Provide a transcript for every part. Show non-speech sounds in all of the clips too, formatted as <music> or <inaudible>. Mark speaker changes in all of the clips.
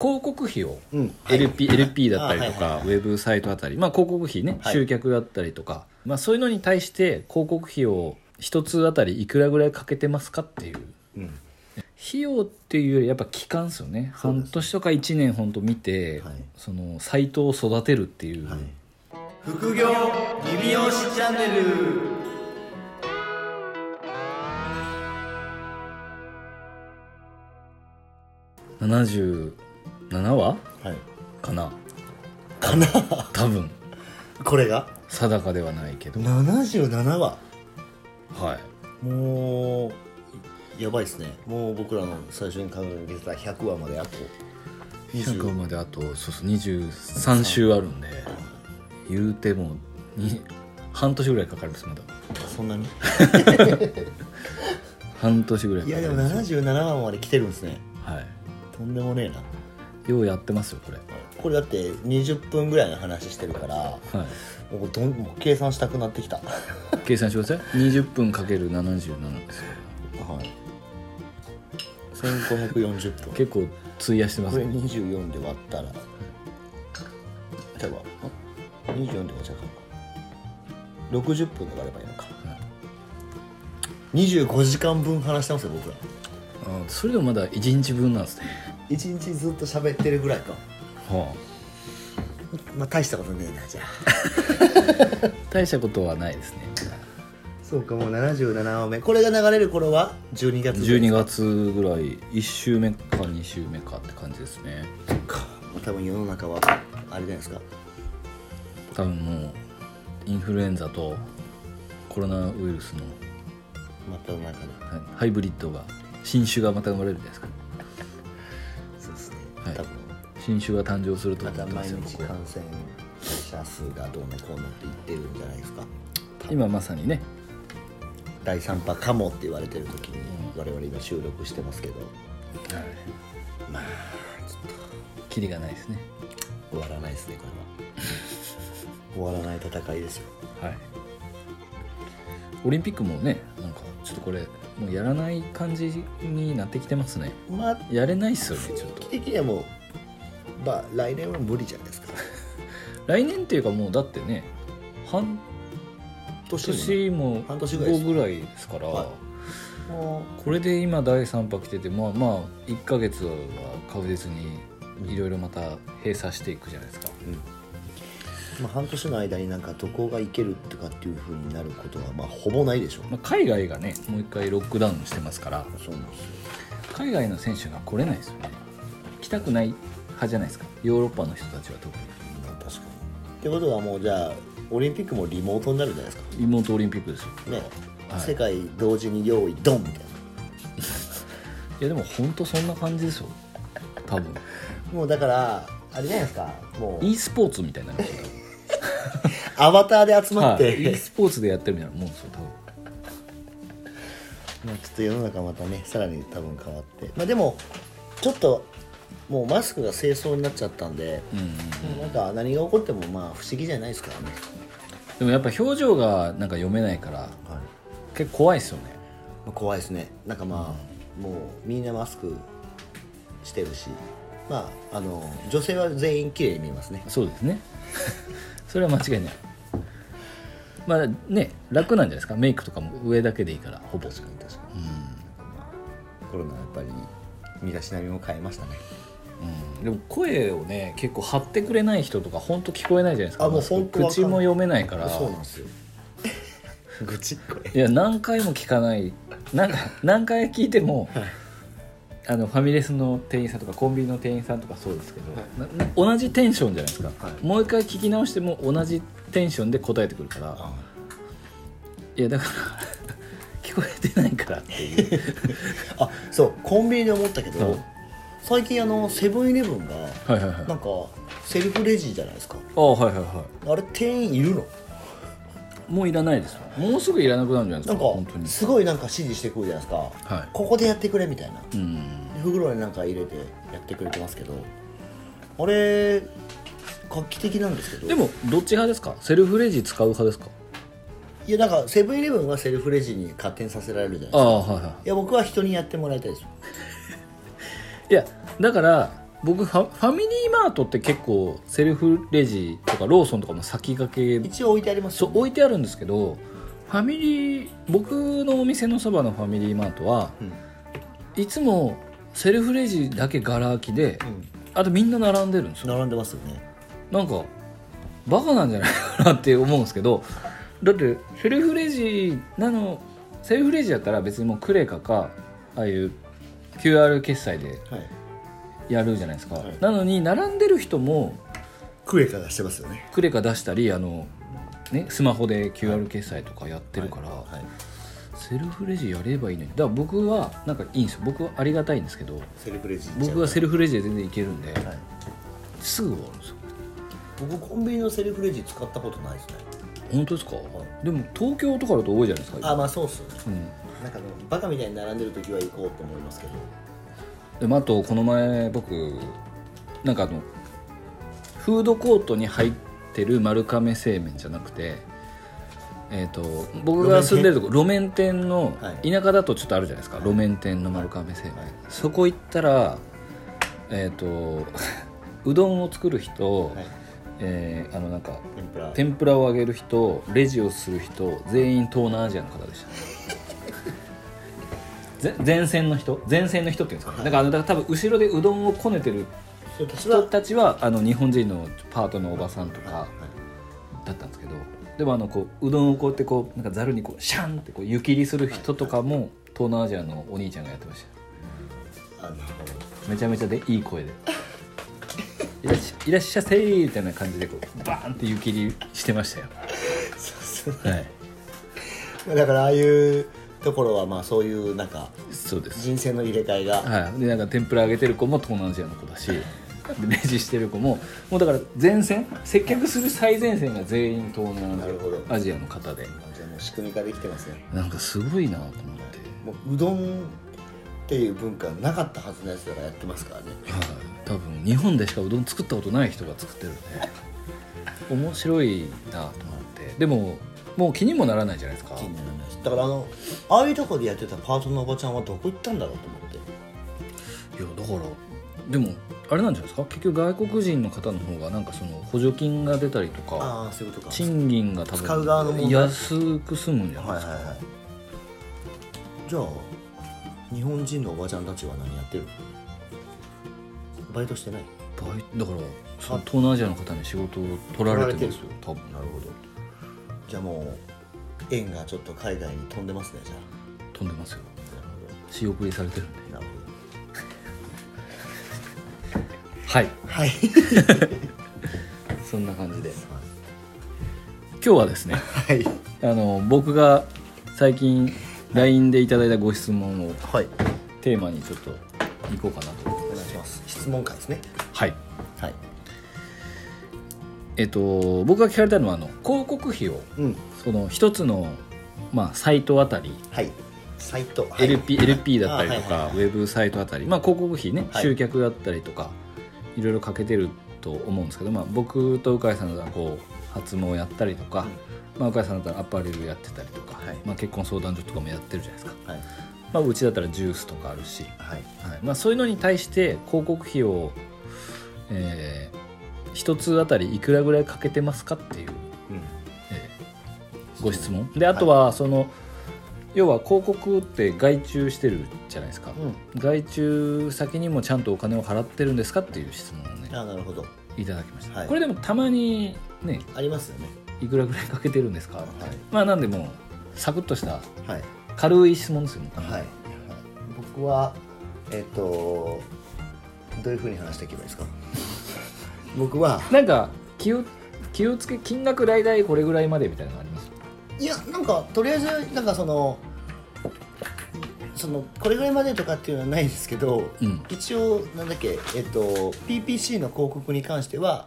Speaker 1: 広告費を
Speaker 2: うん、
Speaker 1: LP,、LP だったりと
Speaker 2: あ
Speaker 1: か、
Speaker 2: はいはい
Speaker 1: ウェブサイトだったり、まあ、広告費ね、
Speaker 2: はい
Speaker 1: 集客だったりとか、まあ、そういうのに対して広告費を一つあたりいくらぐらいかけてますかっていう
Speaker 2: うん
Speaker 1: 費用っていうよりやっぱ期間ですよね
Speaker 2: そうです
Speaker 1: 半年とか1年ほんと見て、
Speaker 2: はい
Speaker 1: そのサイトを育てるっていう、
Speaker 2: はい、副業リビオシチャンネル
Speaker 1: 77話
Speaker 2: はい
Speaker 1: かな
Speaker 2: かな <laughs>
Speaker 1: 多分
Speaker 2: これが
Speaker 1: 定かではないけど、
Speaker 2: 77話
Speaker 1: はい
Speaker 2: もうやばいですねもう僕らの最初に考えてた100話まであと
Speaker 1: 100
Speaker 2: 20
Speaker 1: まであとそうそう23週あるんで言うてもに半年ぐらいかかりますまだ
Speaker 2: そんなに
Speaker 1: 半年ぐらい
Speaker 2: い
Speaker 1: かか
Speaker 2: や
Speaker 1: り
Speaker 2: でも
Speaker 1: ます
Speaker 2: 77話まで来てるんですね
Speaker 1: は
Speaker 2: とんでもねえない
Speaker 1: ようやってますよこれ
Speaker 2: これだって20分ぐらいの話してるから
Speaker 1: はい
Speaker 2: もうどんもう計算したくなってきたは
Speaker 1: 計算してください20分かける77ですよ
Speaker 2: い1540分
Speaker 1: 結構費やしてま
Speaker 2: こ
Speaker 1: す
Speaker 2: れ
Speaker 1: ね
Speaker 2: 24で割ったら例えばあ24で割っちゃうか60分で割ればいいのか、
Speaker 1: はい
Speaker 2: 25時間分話してますよ僕ら
Speaker 1: あそれでもまだ1日分なんですね
Speaker 2: 一日ずっと喋ってるぐらいか
Speaker 1: は
Speaker 2: まあ大したことねえなじゃあ
Speaker 1: あ大したことはないですね
Speaker 2: そうかもう77話目これが流れる頃は12月ぐらい
Speaker 1: 12月ぐらい1週目か2週目かって感じですね
Speaker 2: か多分世の中はあれじゃないですか
Speaker 1: 多分もうインフルエンザとコロナウイルスの
Speaker 2: またなんかね
Speaker 1: はいハイブリッドが新種がまた生まれるんじゃないですか
Speaker 2: そうですね、
Speaker 1: はい
Speaker 2: 多分
Speaker 1: 新種が誕生すると
Speaker 2: ま
Speaker 1: 思
Speaker 2: た
Speaker 1: ってま
Speaker 2: 毎
Speaker 1: すよ
Speaker 2: 日
Speaker 1: 僕は
Speaker 2: 感染者数がどうのこうのって言ってるんじゃないですか
Speaker 1: 今まさにね
Speaker 2: 第3波かもって言われてる時に我々今収録してますけどまあちょ
Speaker 1: キリがないですね
Speaker 2: っと終わらないですねこ <laughs> れは終わらない戦いですよ
Speaker 1: はいオリンピックもねなんかちょっとこれもうやらない感じになってきてますね
Speaker 2: まあ
Speaker 1: やれないっすよねちょっ
Speaker 2: 雰囲
Speaker 1: と
Speaker 2: 気的にはもうまあ来年は無理じゃないですか
Speaker 1: 来年っていうかもうだってね半年も
Speaker 2: 半年ぐらいです
Speaker 1: 後ぐらいですから、
Speaker 2: はいも
Speaker 1: これで今第3波来ててまあまあ1ヶ月は確実にいろいろまた閉鎖していくじゃないですか
Speaker 2: う、まあ、半年の間になんか渡航が行けるとかっていうふうになることはまあほぼないでしょう
Speaker 1: まあ、海外がねもう一回ロックダウンしてますから
Speaker 2: そうなんですよ
Speaker 1: 海外の選手が来れないですよね来たくない派じゃないですかヨーロッパの人たちは特に
Speaker 2: まあ確かにってことはもうじゃあオリンピックもリモートになるんじゃないですか
Speaker 1: 妹オリンピックですよ
Speaker 2: ね、
Speaker 1: はい
Speaker 2: 世界同時に用意ドンみたいない
Speaker 1: やでも本当そんな感じですよ多分
Speaker 2: もうだからあれじゃないですかもう
Speaker 1: e スポーツみたいになるんですよ
Speaker 2: <laughs> アバターで集
Speaker 1: 多分
Speaker 2: まって、
Speaker 1: はい e スポーツでやってるみたいなもんですよ多分
Speaker 2: まあちょっと世の中またねさらに多分変わってまあでもちょっともうマスクが清掃になっちゃったんで、
Speaker 1: うんうん
Speaker 2: なんか何が起こってもまあ不思議じゃないですからね、
Speaker 1: でもやっぱ表情がなんか読めないから結構怖いですよね
Speaker 2: まあ怖いですねなんかまあ、もうみんなマスクしてるしまああの女性は全員綺麗に見えますね
Speaker 1: そうですね <laughs> それは間違いないまあね楽なんじゃないですかメイクとかも上だけでいいからほぼ
Speaker 2: 確かに確かに、コロナはやっぱり身だしなみも変えましたね
Speaker 1: うんでも声をね結構張ってくれない人とか本当聞こえないじゃないですか
Speaker 2: あもう
Speaker 1: マスク
Speaker 2: ほんとわかん
Speaker 1: 口も読めないから
Speaker 2: そうなん
Speaker 1: <laughs>
Speaker 2: ですよ愚痴っこれ
Speaker 1: いや何回も聞かないなんか何回聞いてもあのファミレスの店員さんとかコンビニの店員さんとかそうですけど、なな同じテンションじゃないですか、
Speaker 2: はい
Speaker 1: もう一回聞き直しても同じテンションで答えてくるから、いやだから <laughs> 聞こえてないからっていう
Speaker 2: あそうコンビニで思ったけど、
Speaker 1: はい
Speaker 2: 最近あのセブンイレブンが
Speaker 1: はいはいはい
Speaker 2: なんかセルフレジじゃないですか
Speaker 1: あはいはいは
Speaker 2: あれ店員いるの
Speaker 1: いもういらないですよもうすぐいらなくなるんじゃないです
Speaker 2: な
Speaker 1: か
Speaker 2: ん
Speaker 1: 本当に
Speaker 2: かすごいなんか指示してくるじゃないですか、
Speaker 1: はい
Speaker 2: ここでやってくれみたいな
Speaker 1: うん
Speaker 2: 袋になんか入れてやってくれてますけどあれ画期的なんですけど
Speaker 1: でもどっち派ですかセルフレジ使う派ですか
Speaker 2: いやなんかセブンイレブンはセルフレジに勝手にさせられるじゃないです
Speaker 1: あ
Speaker 2: か
Speaker 1: あはいはい
Speaker 2: や僕は人にやってもらいたいです
Speaker 1: いやだから僕ファファミリーマートって結構セルフレジとかローソンとかも先駆け
Speaker 2: 一応置いてあります
Speaker 1: そ
Speaker 2: よ
Speaker 1: う置いてあるんですけどファミリー僕のお店のそばのファミリーマートは
Speaker 2: うん
Speaker 1: いつもセルフレジだけガラ空きで
Speaker 2: うん
Speaker 1: あとみんな並んでるんですよ
Speaker 2: 並んでますよね
Speaker 1: なんかバカなんじゃないかなって思うんですけどだってセルフレジなのセルフレジだったら別にもうクレカかああいう QR 決済で
Speaker 2: はい
Speaker 1: やるじゃないですか、
Speaker 2: はい
Speaker 1: なのに並んでる人も
Speaker 2: クエカ出してますよね
Speaker 1: クレカ出したりあの、ね、スマホで QR 決済とかやってるから、
Speaker 2: はい
Speaker 1: セルフレジやればいいのにだから僕はなんかいいんですよ僕はありがたいんですけど
Speaker 2: セルフレジ
Speaker 1: 僕はセ
Speaker 2: ル
Speaker 1: ルフレジで全然いけるんで、
Speaker 2: はい
Speaker 1: すぐ終わるんですよ
Speaker 2: 僕コンビニのセルフレジ使ったことないですね
Speaker 1: 本当ですか、でも東京とかだと多いじゃないですか、
Speaker 2: あまあそうっすよね
Speaker 1: うん、
Speaker 2: なんかあのバカみたいに並んでる時は行こうと思いますけど
Speaker 1: でもあとこの前僕なんかあのフードコートに入ってる丸亀製麺じゃなくて、えー、と僕が住んでるとこ路面店の
Speaker 2: はい
Speaker 1: 田舎だとちょっとあるじゃないですか、
Speaker 2: はい
Speaker 1: 路面店の丸亀製麺、
Speaker 2: はい
Speaker 1: そこ行ったらえっ、と <laughs> うどんを作る人、
Speaker 2: はい
Speaker 1: えーあのなんか
Speaker 2: 天ぷら
Speaker 1: 天ぷらを揚げる人レジをする人全員東南アジアの方でしたぜ前線の人前線の人っていうんですかねだからあのだから多分後ろでうどんをこねてる
Speaker 2: そういう時は
Speaker 1: 人たちはあの日本人のパートのおばさんとか
Speaker 2: はい
Speaker 1: だったんですけどでもあのこううどんをこうやってこうなんかざるにこうシャンってこう湯切りする人とかも東南アジアのお兄ちゃんがやってました
Speaker 2: あの
Speaker 1: めちゃめちゃでいい声で「いらっしゃいらっしゃせー」みたいな感じでこうバーンって湯切りしてましたよ
Speaker 2: そうそ
Speaker 1: はいう
Speaker 2: だからああいうところはまあそういうなんか
Speaker 1: そうです
Speaker 2: 人生の入れ替えが
Speaker 1: はい、でなんか天ぷら揚げてる子も東南アジアの子だしでレジしてる子ももうだから前線接客する最前線が全員東南
Speaker 2: なるほど
Speaker 1: アジアの方で
Speaker 2: じゃあもう仕組み化できてますね
Speaker 1: なんかすごいなと思って、
Speaker 2: もううどんっていう文化なかったはずのやつらやってますからね
Speaker 1: はい、多分日本でしかうどん作ったことない人が作って
Speaker 2: <laughs>
Speaker 1: るんで面白いなと思ってでももう気にもならないじゃないですか
Speaker 2: 気にならないしだからあのああいうとこでやってたパートのおばちゃんはどこ行ったんだろうと思って
Speaker 1: いやだからでもあれなんじゃないですか結局外国人の方の方がなんかその補助金が出たりとか
Speaker 2: ああそういうことか
Speaker 1: 賃金が多分
Speaker 2: 使う側の問題
Speaker 1: 安く済むんじゃない
Speaker 2: はい
Speaker 1: で
Speaker 2: はい
Speaker 1: すか、
Speaker 2: はいじゃあ日本人のおばちゃんたちは何やってるのバイトしてない
Speaker 1: バイトだからその東南アジアの方に仕事を取られてますよ多分
Speaker 2: なるほどじゃあもう縁がちょっと海外に飛んでますねじゃ
Speaker 1: 飛んでますよ
Speaker 2: あなるほ
Speaker 1: 仕送りされてるんで
Speaker 2: どなるほど
Speaker 1: はい
Speaker 2: はい
Speaker 1: そんな感じで今日はですね <laughs>
Speaker 2: はい
Speaker 1: あの僕が最近 LINE でいただいたご質問を
Speaker 2: はい
Speaker 1: テーマにちょっといこうかなと
Speaker 2: お願いします質問会ですね
Speaker 1: はい
Speaker 2: はい
Speaker 1: えっと僕が聞かれたのはあの広告費を
Speaker 2: うん
Speaker 1: その一つのまあサイトあたり
Speaker 2: はいサイト、はい
Speaker 1: LP, LP だったりと
Speaker 2: あ
Speaker 1: か、
Speaker 2: はいはい
Speaker 1: ウェブサイトあたり、まあ、広告費ね、
Speaker 2: はい
Speaker 1: 集客だったりとかいろいろかけてると思うんですけど、まあ、僕と鵜飼さんだったらこう発毛やったりとか、まあ、鵜飼さんだったらアパレルやってたりとか、
Speaker 2: はい
Speaker 1: まあ、結婚相談所とかもやってるじゃないですか、
Speaker 2: はい
Speaker 1: まあ、うちだったらジュースとかあるし、
Speaker 2: はい
Speaker 1: はいまあ、そういうのに対して広告費を、えー一つあたりいくらぐらいかけてますかっていう
Speaker 2: うん
Speaker 1: えーご質問であとはその、要は広告って外注してるじゃないですか、
Speaker 2: うん
Speaker 1: 外注先にもちゃんとお金を払ってるんですかっていう質問をね
Speaker 2: あなるほど
Speaker 1: いただきました、
Speaker 2: はい
Speaker 1: これでもたまにね
Speaker 2: ありますよね
Speaker 1: いくらぐらいかけてるんですかって、
Speaker 2: はい
Speaker 1: まあなんでもうサクッとした
Speaker 2: はい
Speaker 1: 軽い質問ですよね、
Speaker 2: はい、僕はえっ、とどういうふうに話していけばいいですか <laughs> 僕は
Speaker 1: なんか気を気をつけ金額大体これぐらいまでみたいなのあります
Speaker 2: いやなんかとりあえずなんかそのそのこれぐらいまでとかっていうのはないんですけど、
Speaker 1: うん
Speaker 2: 一応なんだっけえっ、と PPC の広告に関しては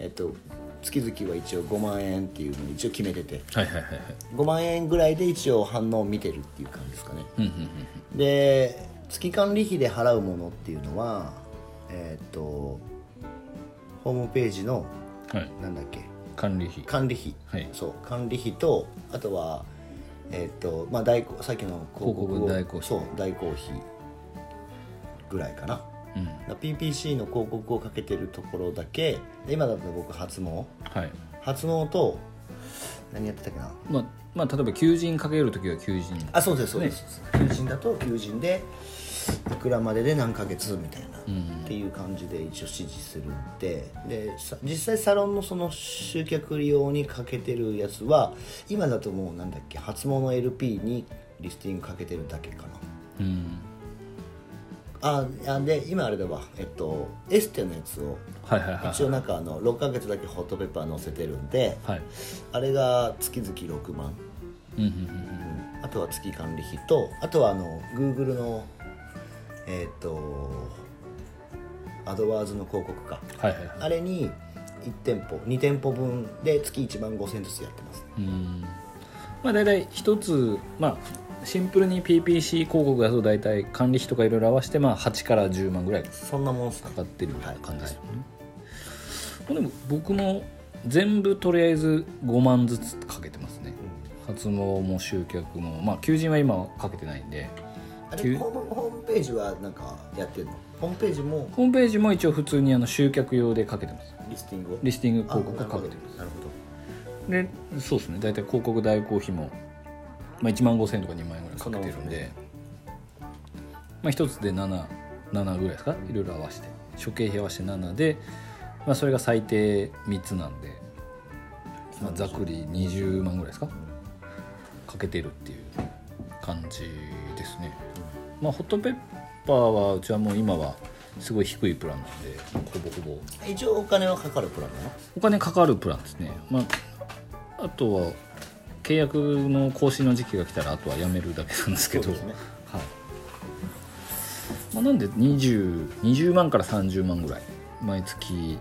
Speaker 2: えっ、と月々は一応5万円っていうのを一応決めてて
Speaker 1: はいはいはいはい
Speaker 2: 5万円ぐらいで一応反応を見てるっていう感じですかね
Speaker 1: うんうんうん
Speaker 2: で月管理費で払うものっていうのはえーっとホームページの
Speaker 1: うんはい
Speaker 2: なんだっけ
Speaker 1: 管理費
Speaker 2: 管理費、
Speaker 1: はい
Speaker 2: そう管理費とあとはえーっとまあ代行さっきの広告を
Speaker 1: 広告代行費
Speaker 2: そう代行費ぐらいかな
Speaker 1: うん
Speaker 2: だから PPC の広告をかけてるところだけ今だと僕発毛
Speaker 1: はい
Speaker 2: 発毛と何やってたっけな
Speaker 1: まあまあ例えば求人かける時は求人
Speaker 2: あそうですそうです、求人だと求人でいくらまでで何ヶ月みたいな、
Speaker 1: うん
Speaker 2: っていう感じで一応指示するんででさ実際サロンのその集客利用にかけてるやつは今だともうなんだっけ初物 LP にリスティングかけてるだけか
Speaker 1: う
Speaker 2: な
Speaker 1: ん
Speaker 2: ああで今あれだわえっとエステのやつを
Speaker 1: はいはいはい
Speaker 2: 一応なんかあの6ヶ月だけホットペッパー載せてるんで
Speaker 1: はい
Speaker 2: あれが月々6万
Speaker 1: うんうんうん
Speaker 2: あとは月管理費とあとはあの Google のえっ、とアドワーズの広告か
Speaker 1: はいはいはい
Speaker 2: あれに1店舗2店舗分で月1万5000ずつやってます
Speaker 1: うんまあ大体一つまあシンプルに PPC 広告だと大体管理費とかいろいろ合わせてまあ8から10万ぐらい
Speaker 2: そんなもんっす
Speaker 1: か
Speaker 2: ね
Speaker 1: かってるような感じですよね、まあでも僕も全部とりあえず5万ずつかけてますね発毛も集客もまあ求人は今はかけてないんで
Speaker 2: あ
Speaker 1: 急
Speaker 2: れホームホームページはなんかやってるのホームページも
Speaker 1: ホームページも一応普通にあの集客用でかけてます
Speaker 2: リスティングを
Speaker 1: リスティング
Speaker 2: あなる
Speaker 1: 広
Speaker 2: ほ
Speaker 1: 告
Speaker 2: ど
Speaker 1: かけてます
Speaker 2: なるほど
Speaker 1: でそうですね大体広告代行費も、まあ、1万5000円とか2万円ぐらいかけてるんで、まあ、1つで77ぐらいですかいろいろ合わせて諸経費合わせて7で、まあ、それが最低3つなんで、まあ、ざっくり20万ぐらいですかかけてるっていう感じですね、まあ、ホットペッパーはうちはもう今はすごい低いプランなんでほぼほぼ
Speaker 2: 一応お金はかかるプランなの
Speaker 1: お金かかるプランですね、まあ、あとは契約の更新の時期が来たらあとはやめるだけなんですけど
Speaker 2: そうですね
Speaker 1: はいまあ、なんで 20, 20万から30万ぐらい毎月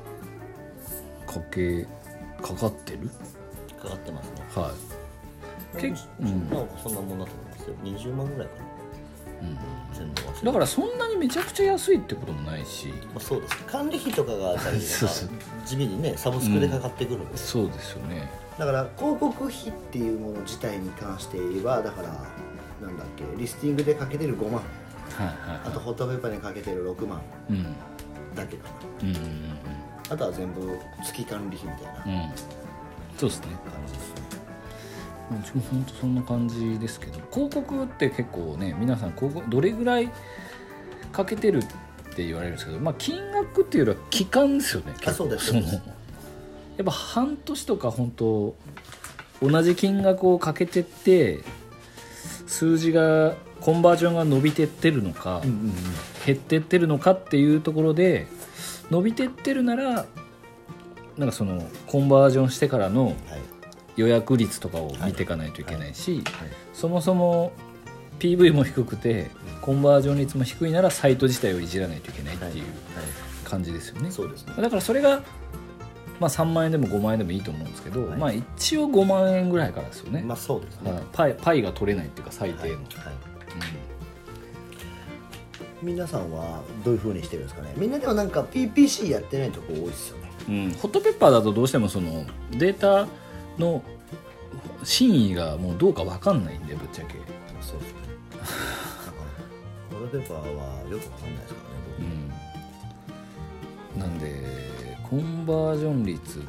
Speaker 1: かけかかってる
Speaker 2: かかってますね
Speaker 1: は結構うん、
Speaker 2: なんかそんなもんだと思いますよ20万ぐらいかない
Speaker 1: うん、
Speaker 2: 全部合わせて
Speaker 1: だからそんなにめちゃくちゃ安いってこともないし
Speaker 2: まあ、そうです管理費とかが大事
Speaker 1: <laughs> そう
Speaker 2: だ
Speaker 1: そう
Speaker 2: から地味にねサブスクでかかってくるんです、
Speaker 1: そうですよね
Speaker 2: だから広告費っていうもの自体に関して言えばだからなんだっけリスティングでかけてる5万
Speaker 1: はいはい
Speaker 2: あと
Speaker 1: は
Speaker 2: ホットペッパーにかけてる6万
Speaker 1: いうん
Speaker 2: だけか
Speaker 1: うんうん
Speaker 2: なあとは全部月管理費みたいな
Speaker 1: うんうんそうですね
Speaker 2: 感じですね、
Speaker 1: うちも本当そんな感じですけど広告って結構ね皆さん広告どれぐらいかけてるって言われるんですけど、まあ、金額っていうよりは期間ですよね
Speaker 2: あそうです
Speaker 1: の
Speaker 2: そう
Speaker 1: や
Speaker 2: です
Speaker 1: っぱ半年とか本当同じ金額をかけてって数字がコンバージョンが伸びてってるのか、
Speaker 2: んうんうん
Speaker 1: 減ってってるのかっていうところで伸びてってるならなんかそのコンバージョンしてからの
Speaker 2: はい
Speaker 1: 予約率とかを見ていかないといけないし、そもそも PV も低くてコンバージョン率も低いならサイト自体をいじらないといけないっていう感じですよね、
Speaker 2: そうですね
Speaker 1: だからそれが、まあ、3万円でも5万円でもいいと思うんですけど、
Speaker 2: はい
Speaker 1: まあ一応5万円ぐらいからですよね、
Speaker 2: まあそうですね、
Speaker 1: まあパイパイが取れないっていうか最低
Speaker 2: はい
Speaker 1: の、
Speaker 2: はい
Speaker 1: うん
Speaker 2: 皆さんはどういうふうにしてるんですかねみんなでもなんか PPC やってないとこ多いですよね
Speaker 1: うん、ホットペッパーだとどうしてもそのデータの真意がもうどうか分かんないんでぶっちゃけ、
Speaker 2: そうですねホットペッパーはよくわかんないですからね僕
Speaker 1: うん、なんでコンバージョン率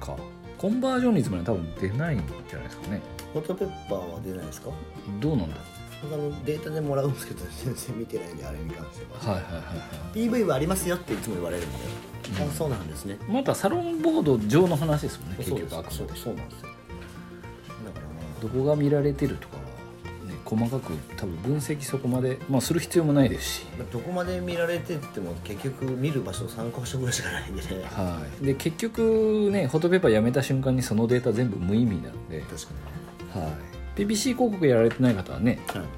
Speaker 1: かコンバージョン率まで多分出ないんじゃないですかね
Speaker 2: ホットペッパーは出ないですか
Speaker 1: どうなんだろ
Speaker 2: 僕あのデータでもらうんですけど全然見てないんであれに関して
Speaker 1: う
Speaker 2: は
Speaker 1: はいはいはいは
Speaker 2: PV はありますよっていつも言われるんで、あそうなんですね
Speaker 1: いまたサロンボード上の話ですもんね結
Speaker 2: そうで
Speaker 1: 局
Speaker 2: す
Speaker 1: あくま
Speaker 2: そう
Speaker 1: で
Speaker 2: そうなんですよだからね
Speaker 1: どこが見られてるとかは、ね、細かく多分分析そこまで、まあ、する必要もないですし、
Speaker 2: どこまで見られてっても結局見る場所3か所ぐらいしかないんでね
Speaker 1: はい、で結局ねホットペッパーやめた瞬間にそのデータ全部無意味なんで、
Speaker 2: 確か
Speaker 1: はい、PPC 広告やられてない方はね、
Speaker 2: にはい、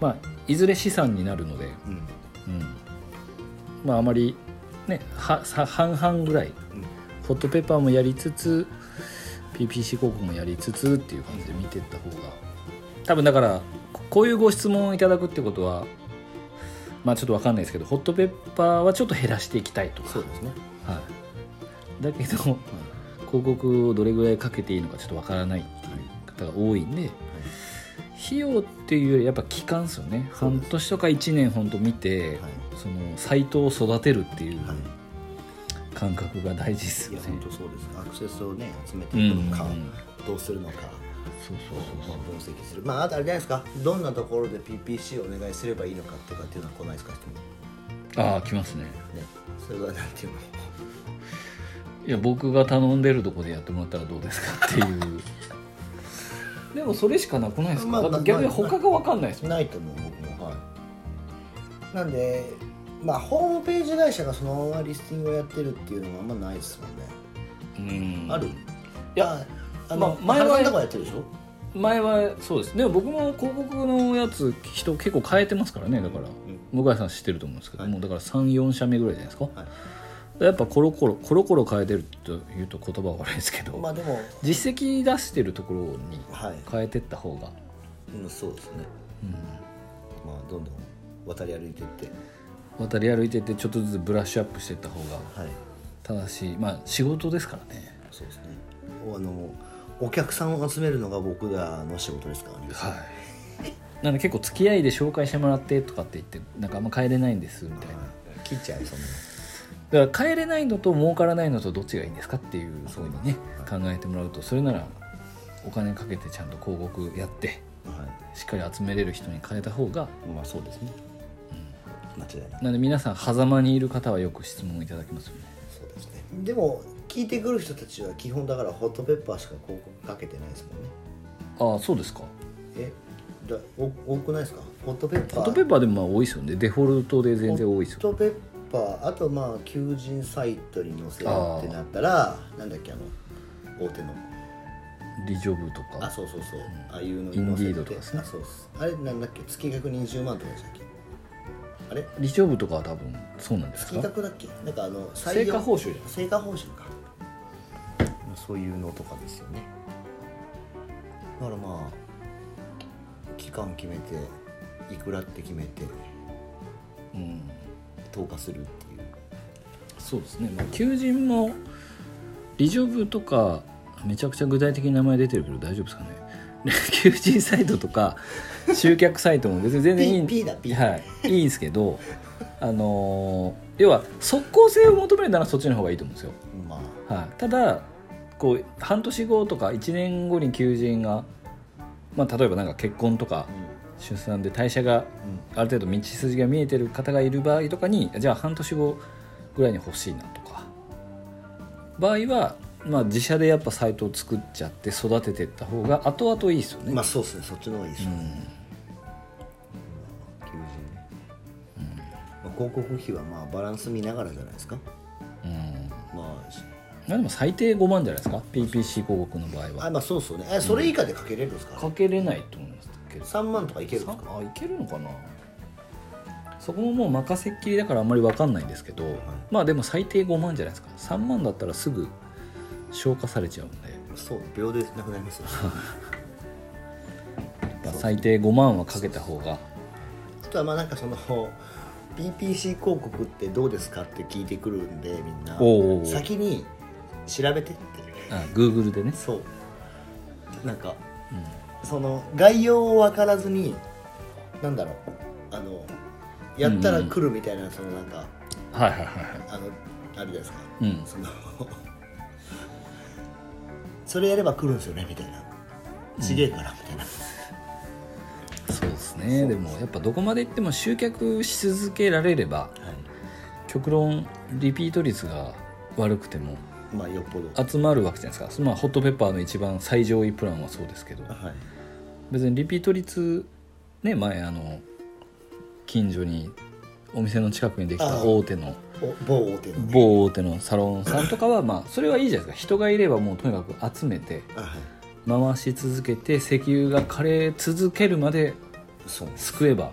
Speaker 1: まあ、いずれ資産になるので
Speaker 2: うん
Speaker 1: うん、まああまりねはさ半々ぐらい
Speaker 2: うん
Speaker 1: ホットペッパーもやりつつ PPC 広告もやりつつっていう感じで見てった方が多分だからここういうご質問をいただくってことはまあちょっとわかんないですけどホットペッパーはちょっと減らしていきたいとか、
Speaker 2: そうですね、
Speaker 1: はい、だけど広告をどれぐらいかけていいのかちょっとわからないっていう方が多いんで、費用っていうよりやっぱ期間ですよね
Speaker 2: そうで
Speaker 1: 半
Speaker 2: す
Speaker 1: 年とか1年ほんと見て、
Speaker 2: はい
Speaker 1: そのサイトを育てるっていう
Speaker 2: はい
Speaker 1: 感覚が大事です
Speaker 2: い
Speaker 1: よ
Speaker 2: や
Speaker 1: ね、
Speaker 2: 本当そうですアクセスをね集めていくのか、
Speaker 1: うんうんうん
Speaker 2: どうするのか
Speaker 1: そうそう
Speaker 2: まあ分析するまああとあれじゃないですかどんなところで PPC をお願いすればいいのかとかっていうのは来ないですか質問
Speaker 1: そうああ来ますね
Speaker 2: ねそれはなんていうの
Speaker 1: いや僕が頼んでるとこでやってもらったらどうですかっていう <laughs> でもそれしかなくないですか,、
Speaker 2: まあまあ
Speaker 1: 逆に他が分かんないですもん
Speaker 2: ないと思う僕もはいなんでまあホームページ会社がそのままリスティングをやってるっていうのはあんまないですもんね、
Speaker 1: うん
Speaker 2: あるい
Speaker 1: や
Speaker 2: あ
Speaker 1: まあ
Speaker 2: の、
Speaker 1: 前
Speaker 2: 前
Speaker 1: は
Speaker 2: はとかやってるでしょ
Speaker 1: 前はそうですでも僕も広告のやつ人結構変えてますからねだから、
Speaker 2: ん
Speaker 1: 向井さん知ってると思うんですけど、
Speaker 2: はい
Speaker 1: もうだから34社目ぐらいじゃないですか、
Speaker 2: はい
Speaker 1: やっぱコロコロコロコロ変えてるというと言葉は悪いですけど、
Speaker 2: まあでも
Speaker 1: 実績出してるところに
Speaker 2: はい、
Speaker 1: 変えてった方が、
Speaker 2: うん、そうですね
Speaker 1: うん、
Speaker 2: まあどんどん渡り歩いていって
Speaker 1: 渡り歩いてってちょっとずつブラッシュアップしてった方が
Speaker 2: はい
Speaker 1: 正しいまあ仕事ですからね
Speaker 2: そうですねおあのお客さんを集めるのが僕らの仕事ですからね
Speaker 1: いなんで結構付き合いで紹介してもらってとかって言ってなんかあんま帰れないんですみたいな
Speaker 2: はい切っちゃうそんな
Speaker 1: だから帰れないのと儲からないのとどっちがいいんですかっていうふうにね
Speaker 2: は
Speaker 1: 考えてもらうとそれならお金かけてちゃんと広告やって
Speaker 2: はい
Speaker 1: しっかり集めれる人に変えた方が
Speaker 2: まあそうですね、間違いない
Speaker 1: なんで皆さん狭間にいる方はよく質問をいただきますよね
Speaker 2: そうですねでも聞いてくる人たちは基本だからホットペッパーしか広告かけてないですもんね
Speaker 1: ああそうですか
Speaker 2: えだお多くないですかホットペッパ
Speaker 1: ホ
Speaker 2: ー
Speaker 1: ットペッパーでもまあ多いですよねデフォルトで全然多いですよ
Speaker 2: ホットペッパーあとまあ求人サイトに載せるってなったらなんだっけあの大手の
Speaker 1: リジョブと
Speaker 2: あ
Speaker 1: か
Speaker 2: そうそうそう、ああいうの
Speaker 1: イン
Speaker 2: に載
Speaker 1: ディ
Speaker 2: せて
Speaker 1: ードとかですね
Speaker 2: あそうっすあれなんだっけ月額20万とかでしたっけあれ
Speaker 1: リジョブとかは多分そうなんです
Speaker 2: 月
Speaker 1: か
Speaker 2: 額だっけなんかあの
Speaker 1: 成果報酬じゃない
Speaker 2: 成果報酬かそういうのとかですよねだからまあ期間決めていくらって決めて
Speaker 1: うん
Speaker 2: 投下するっていう
Speaker 1: そうですね、まあ、求人もリジョブとかめちゃくちゃ具体的に名前出てるけど大丈夫ですかね <laughs> 求人サイトとか集客サイトも別に全然いい
Speaker 2: P- P だ P
Speaker 1: はい、いいんですけどあのー要は即効性を求めるならそっちの方がいいと思うんですよ、
Speaker 2: まあ
Speaker 1: はい、ただこう半年後とか1年後に求人が、まあ、例えばなんか結婚とか出産で代謝が
Speaker 2: うん
Speaker 1: ある程度道筋が見えてる方がいる場合とかにじゃあ半年後ぐらいに欲しいなとか場合は、まあ、自社でやっぱサイトを作っちゃって育ててった方が後々いいですよ
Speaker 2: う
Speaker 1: ね、
Speaker 2: んまあそうですねそっちの方がいいです
Speaker 1: う
Speaker 2: よね、
Speaker 1: ん
Speaker 2: 求人ね、まあ、広告費はまあバランス見ながらじゃないですか
Speaker 1: うん
Speaker 2: まあし
Speaker 1: まあでも最低5万じゃないですか PPC 広告の場合は
Speaker 2: あまあそうっすよねえそれ以下でかけれるんですか、
Speaker 1: かけれないと思いますけど
Speaker 2: 三3万とかいけるんですか、
Speaker 1: あいけるのかなそこももう任せっきりだからあんまり分かんないんですけど、まあでも最低5万じゃないですか3万だったらすぐ消化されちゃうんで、
Speaker 2: そう秒でなくなります <laughs> よ
Speaker 1: まあ最低5万はかけた方が
Speaker 2: あとはまあなんかその PPC 広告ってどうですかって聞いてくるんでみんな
Speaker 1: おうおうおう
Speaker 2: 先に調べてって
Speaker 1: あ Google でね、
Speaker 2: そうなんかその概要を分からずになんだろうあのやったら来るみたいな、そのなんか
Speaker 1: はいはいはいはい
Speaker 2: あのあるじゃないですか
Speaker 1: うん
Speaker 2: そのそれやれば来るんですよねみたいなちげえからみたいな、
Speaker 1: そうですねでもやっぱどこまで行っても集客し続けられれば極論リピート率が悪くても
Speaker 2: はい、まあよっぽど
Speaker 1: 集まるわけじゃないですか、まあ、ホットペッパーの一番最上位プランはそうですけど
Speaker 2: はい
Speaker 1: 別にリピート率ね前あの近所にお店の近くにでき
Speaker 2: あ
Speaker 1: た
Speaker 2: あ
Speaker 1: 大手の
Speaker 2: お某大手のね
Speaker 1: 某大手のサロンさんとかはまあそれはいいじゃないですか人がいればもうとにかく集めて
Speaker 2: あはい
Speaker 1: 回し続けて石油が枯れ続けるまで
Speaker 2: そう
Speaker 1: 救えば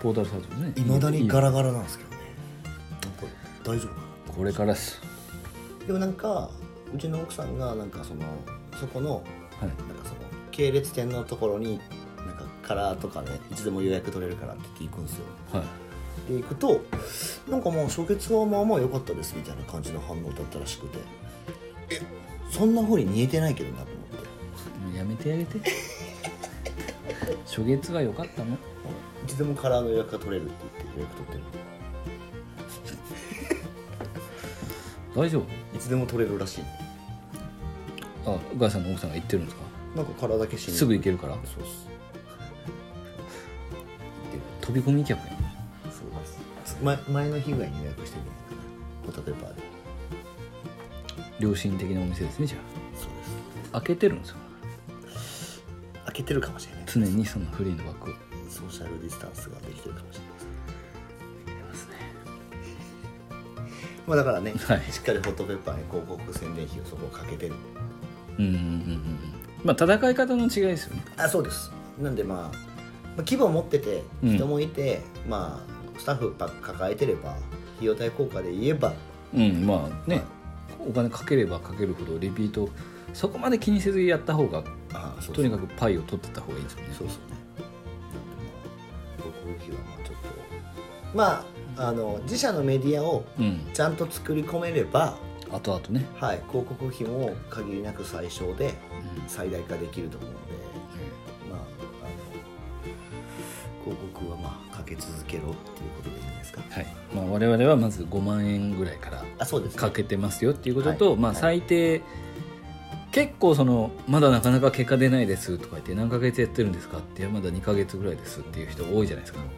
Speaker 1: ポータルサイトもね
Speaker 2: いまだにガ
Speaker 1: ガラ
Speaker 2: ラガラなんですけどねなんか大丈夫か
Speaker 1: これからです
Speaker 2: なでもなんかうちの奥さんがなんかそのそこの
Speaker 1: はい
Speaker 2: なんかその系列店のところになんかカラーとかねいつでも予約取れるからって言って行くんですよ
Speaker 1: はい
Speaker 2: で行くとなんかもう初月はまあまあ良かったですみたいな感じの反応だったらしくてえそんな風に見えてないけどなと思って
Speaker 1: やめてあげて初月は良かったの
Speaker 2: いつでもカラーの予約が取れるって言って予約取ってる
Speaker 1: 大丈夫
Speaker 2: いつでも取れるらしい
Speaker 1: あ鵜飼さんの奥さんが行ってるんですか
Speaker 2: なんか殻だけ死ぬ
Speaker 1: すぐ行けるから
Speaker 2: そうっす行ってる
Speaker 1: 飛び込み客やん
Speaker 2: そうです前前の日ぐらいに予約してるんですかねホタテバーで
Speaker 1: 良心的なお店ですねじゃ
Speaker 2: そう
Speaker 1: あ開けてるんですよ
Speaker 2: です開けてるかもしれない
Speaker 1: 常にそのフリーの枠を
Speaker 2: ソーシャルディスタンスができてるかもしれないですまあだからね、
Speaker 1: はい
Speaker 2: しっかりホットペッパーに広告宣伝費をそこをかけてる
Speaker 1: うんうんうんうんまあ戦い方の違いですよね
Speaker 2: あそうですなんでまあ、まあ、規模を持ってて
Speaker 1: うん
Speaker 2: 人もいて、まあスタッフばっか抱えてれば費用対効果で言えば
Speaker 1: うんまあねお金かければかけるほどリピートそこまで気にせずやった方が
Speaker 2: ああそう
Speaker 1: とに
Speaker 2: か
Speaker 1: かくパイを取ってった方がいいですよね
Speaker 2: そうそうねなんでまあ広告費はまあちょっとまああの自社のメディアを
Speaker 1: うん
Speaker 2: ちゃんと作り込めれば
Speaker 1: 後々ね、
Speaker 2: はい広告費も限りなく最小で
Speaker 1: うん
Speaker 2: 最大化できると思うのでまあ、あの広告はまあかけ続けろっていうことでいいんじゃないですか。
Speaker 1: はいまあ、我々はまず5万円ぐらいから
Speaker 2: あ、そうです、ね。
Speaker 1: かけてますよっていうことと、
Speaker 2: はい
Speaker 1: まあ、
Speaker 2: はい
Speaker 1: 最低、結構そのまだなかなか結果出ないですとか言って何ヶ月やってるんですかっていやまだ2ヶ月ぐらいですっていう人多いじゃないですかいや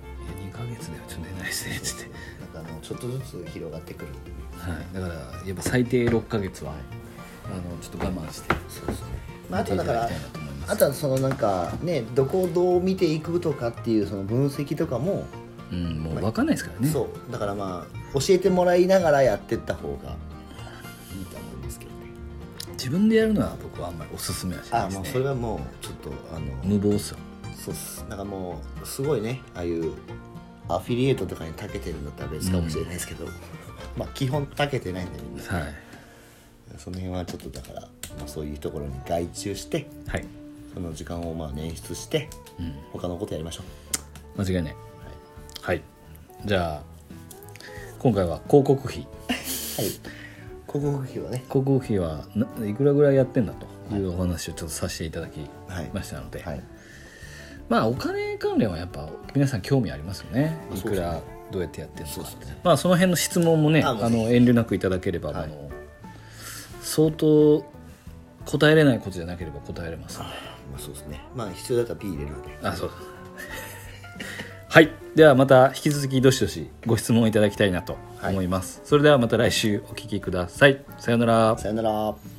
Speaker 1: 2ヶ月ではちょっと出ないですねっつって、
Speaker 2: なんかあのちょっとずつ広がってくる。
Speaker 1: はい、だからやっぱ最低6ヶ月はあのちょっと我慢して
Speaker 2: そうですね。まあ、あとだか
Speaker 1: やっ
Speaker 2: ら
Speaker 1: ていただきたいなと思います
Speaker 2: あとはそのなんかねどこをどう見ていくとかっていうその分析とかも、
Speaker 1: うんもう分かんないですからね
Speaker 2: そうだからまあ教えてもらいながらやってった方がいいと思うんですけどね。
Speaker 1: 自分でやるのは僕はあんまりおすすめはしない
Speaker 2: あ、
Speaker 1: で
Speaker 2: もう
Speaker 1: す
Speaker 2: それ
Speaker 1: ね
Speaker 2: はもうちょっとあの。
Speaker 1: 無謀っすよ
Speaker 2: そうっすなんかもうすごいねああいうアフィリエイトとかに長けてるんだったら別かもしれないですけど、まあ基本長けてないんでみんな
Speaker 1: はい
Speaker 2: その辺はちょっとだから、まあ、そういうところに外注して
Speaker 1: はい、
Speaker 2: その時間をまあ捻出して
Speaker 1: うん、
Speaker 2: 他のことやりましょ
Speaker 1: 間違いないう
Speaker 2: は
Speaker 1: はいじゃあ今回は広告費
Speaker 2: い、はい、広告費はね
Speaker 1: 広告費はないくらぐらいやってんだというお話をちょっとさせていただき
Speaker 2: はい
Speaker 1: ましたので、
Speaker 2: はい
Speaker 1: まあお金関連はやっぱ皆さん興味ありますよね
Speaker 2: まあ
Speaker 1: い
Speaker 2: そ
Speaker 1: く
Speaker 2: うですね
Speaker 1: らどうやってやってるのか
Speaker 2: そうですね
Speaker 1: まあその辺の質問もね
Speaker 2: あ
Speaker 1: あ
Speaker 2: もう
Speaker 1: の遠慮なくいただければ、
Speaker 2: はい
Speaker 1: あの相当答えれないことじゃなければ答えれますので
Speaker 2: まあそうですねまあ必要だったら P 入れるんで
Speaker 1: あそうだ <laughs> はいではまた引き続きどしどしご質問いただきたいなと思います、それではまた来週お聞きくださいさようなら
Speaker 2: さよなら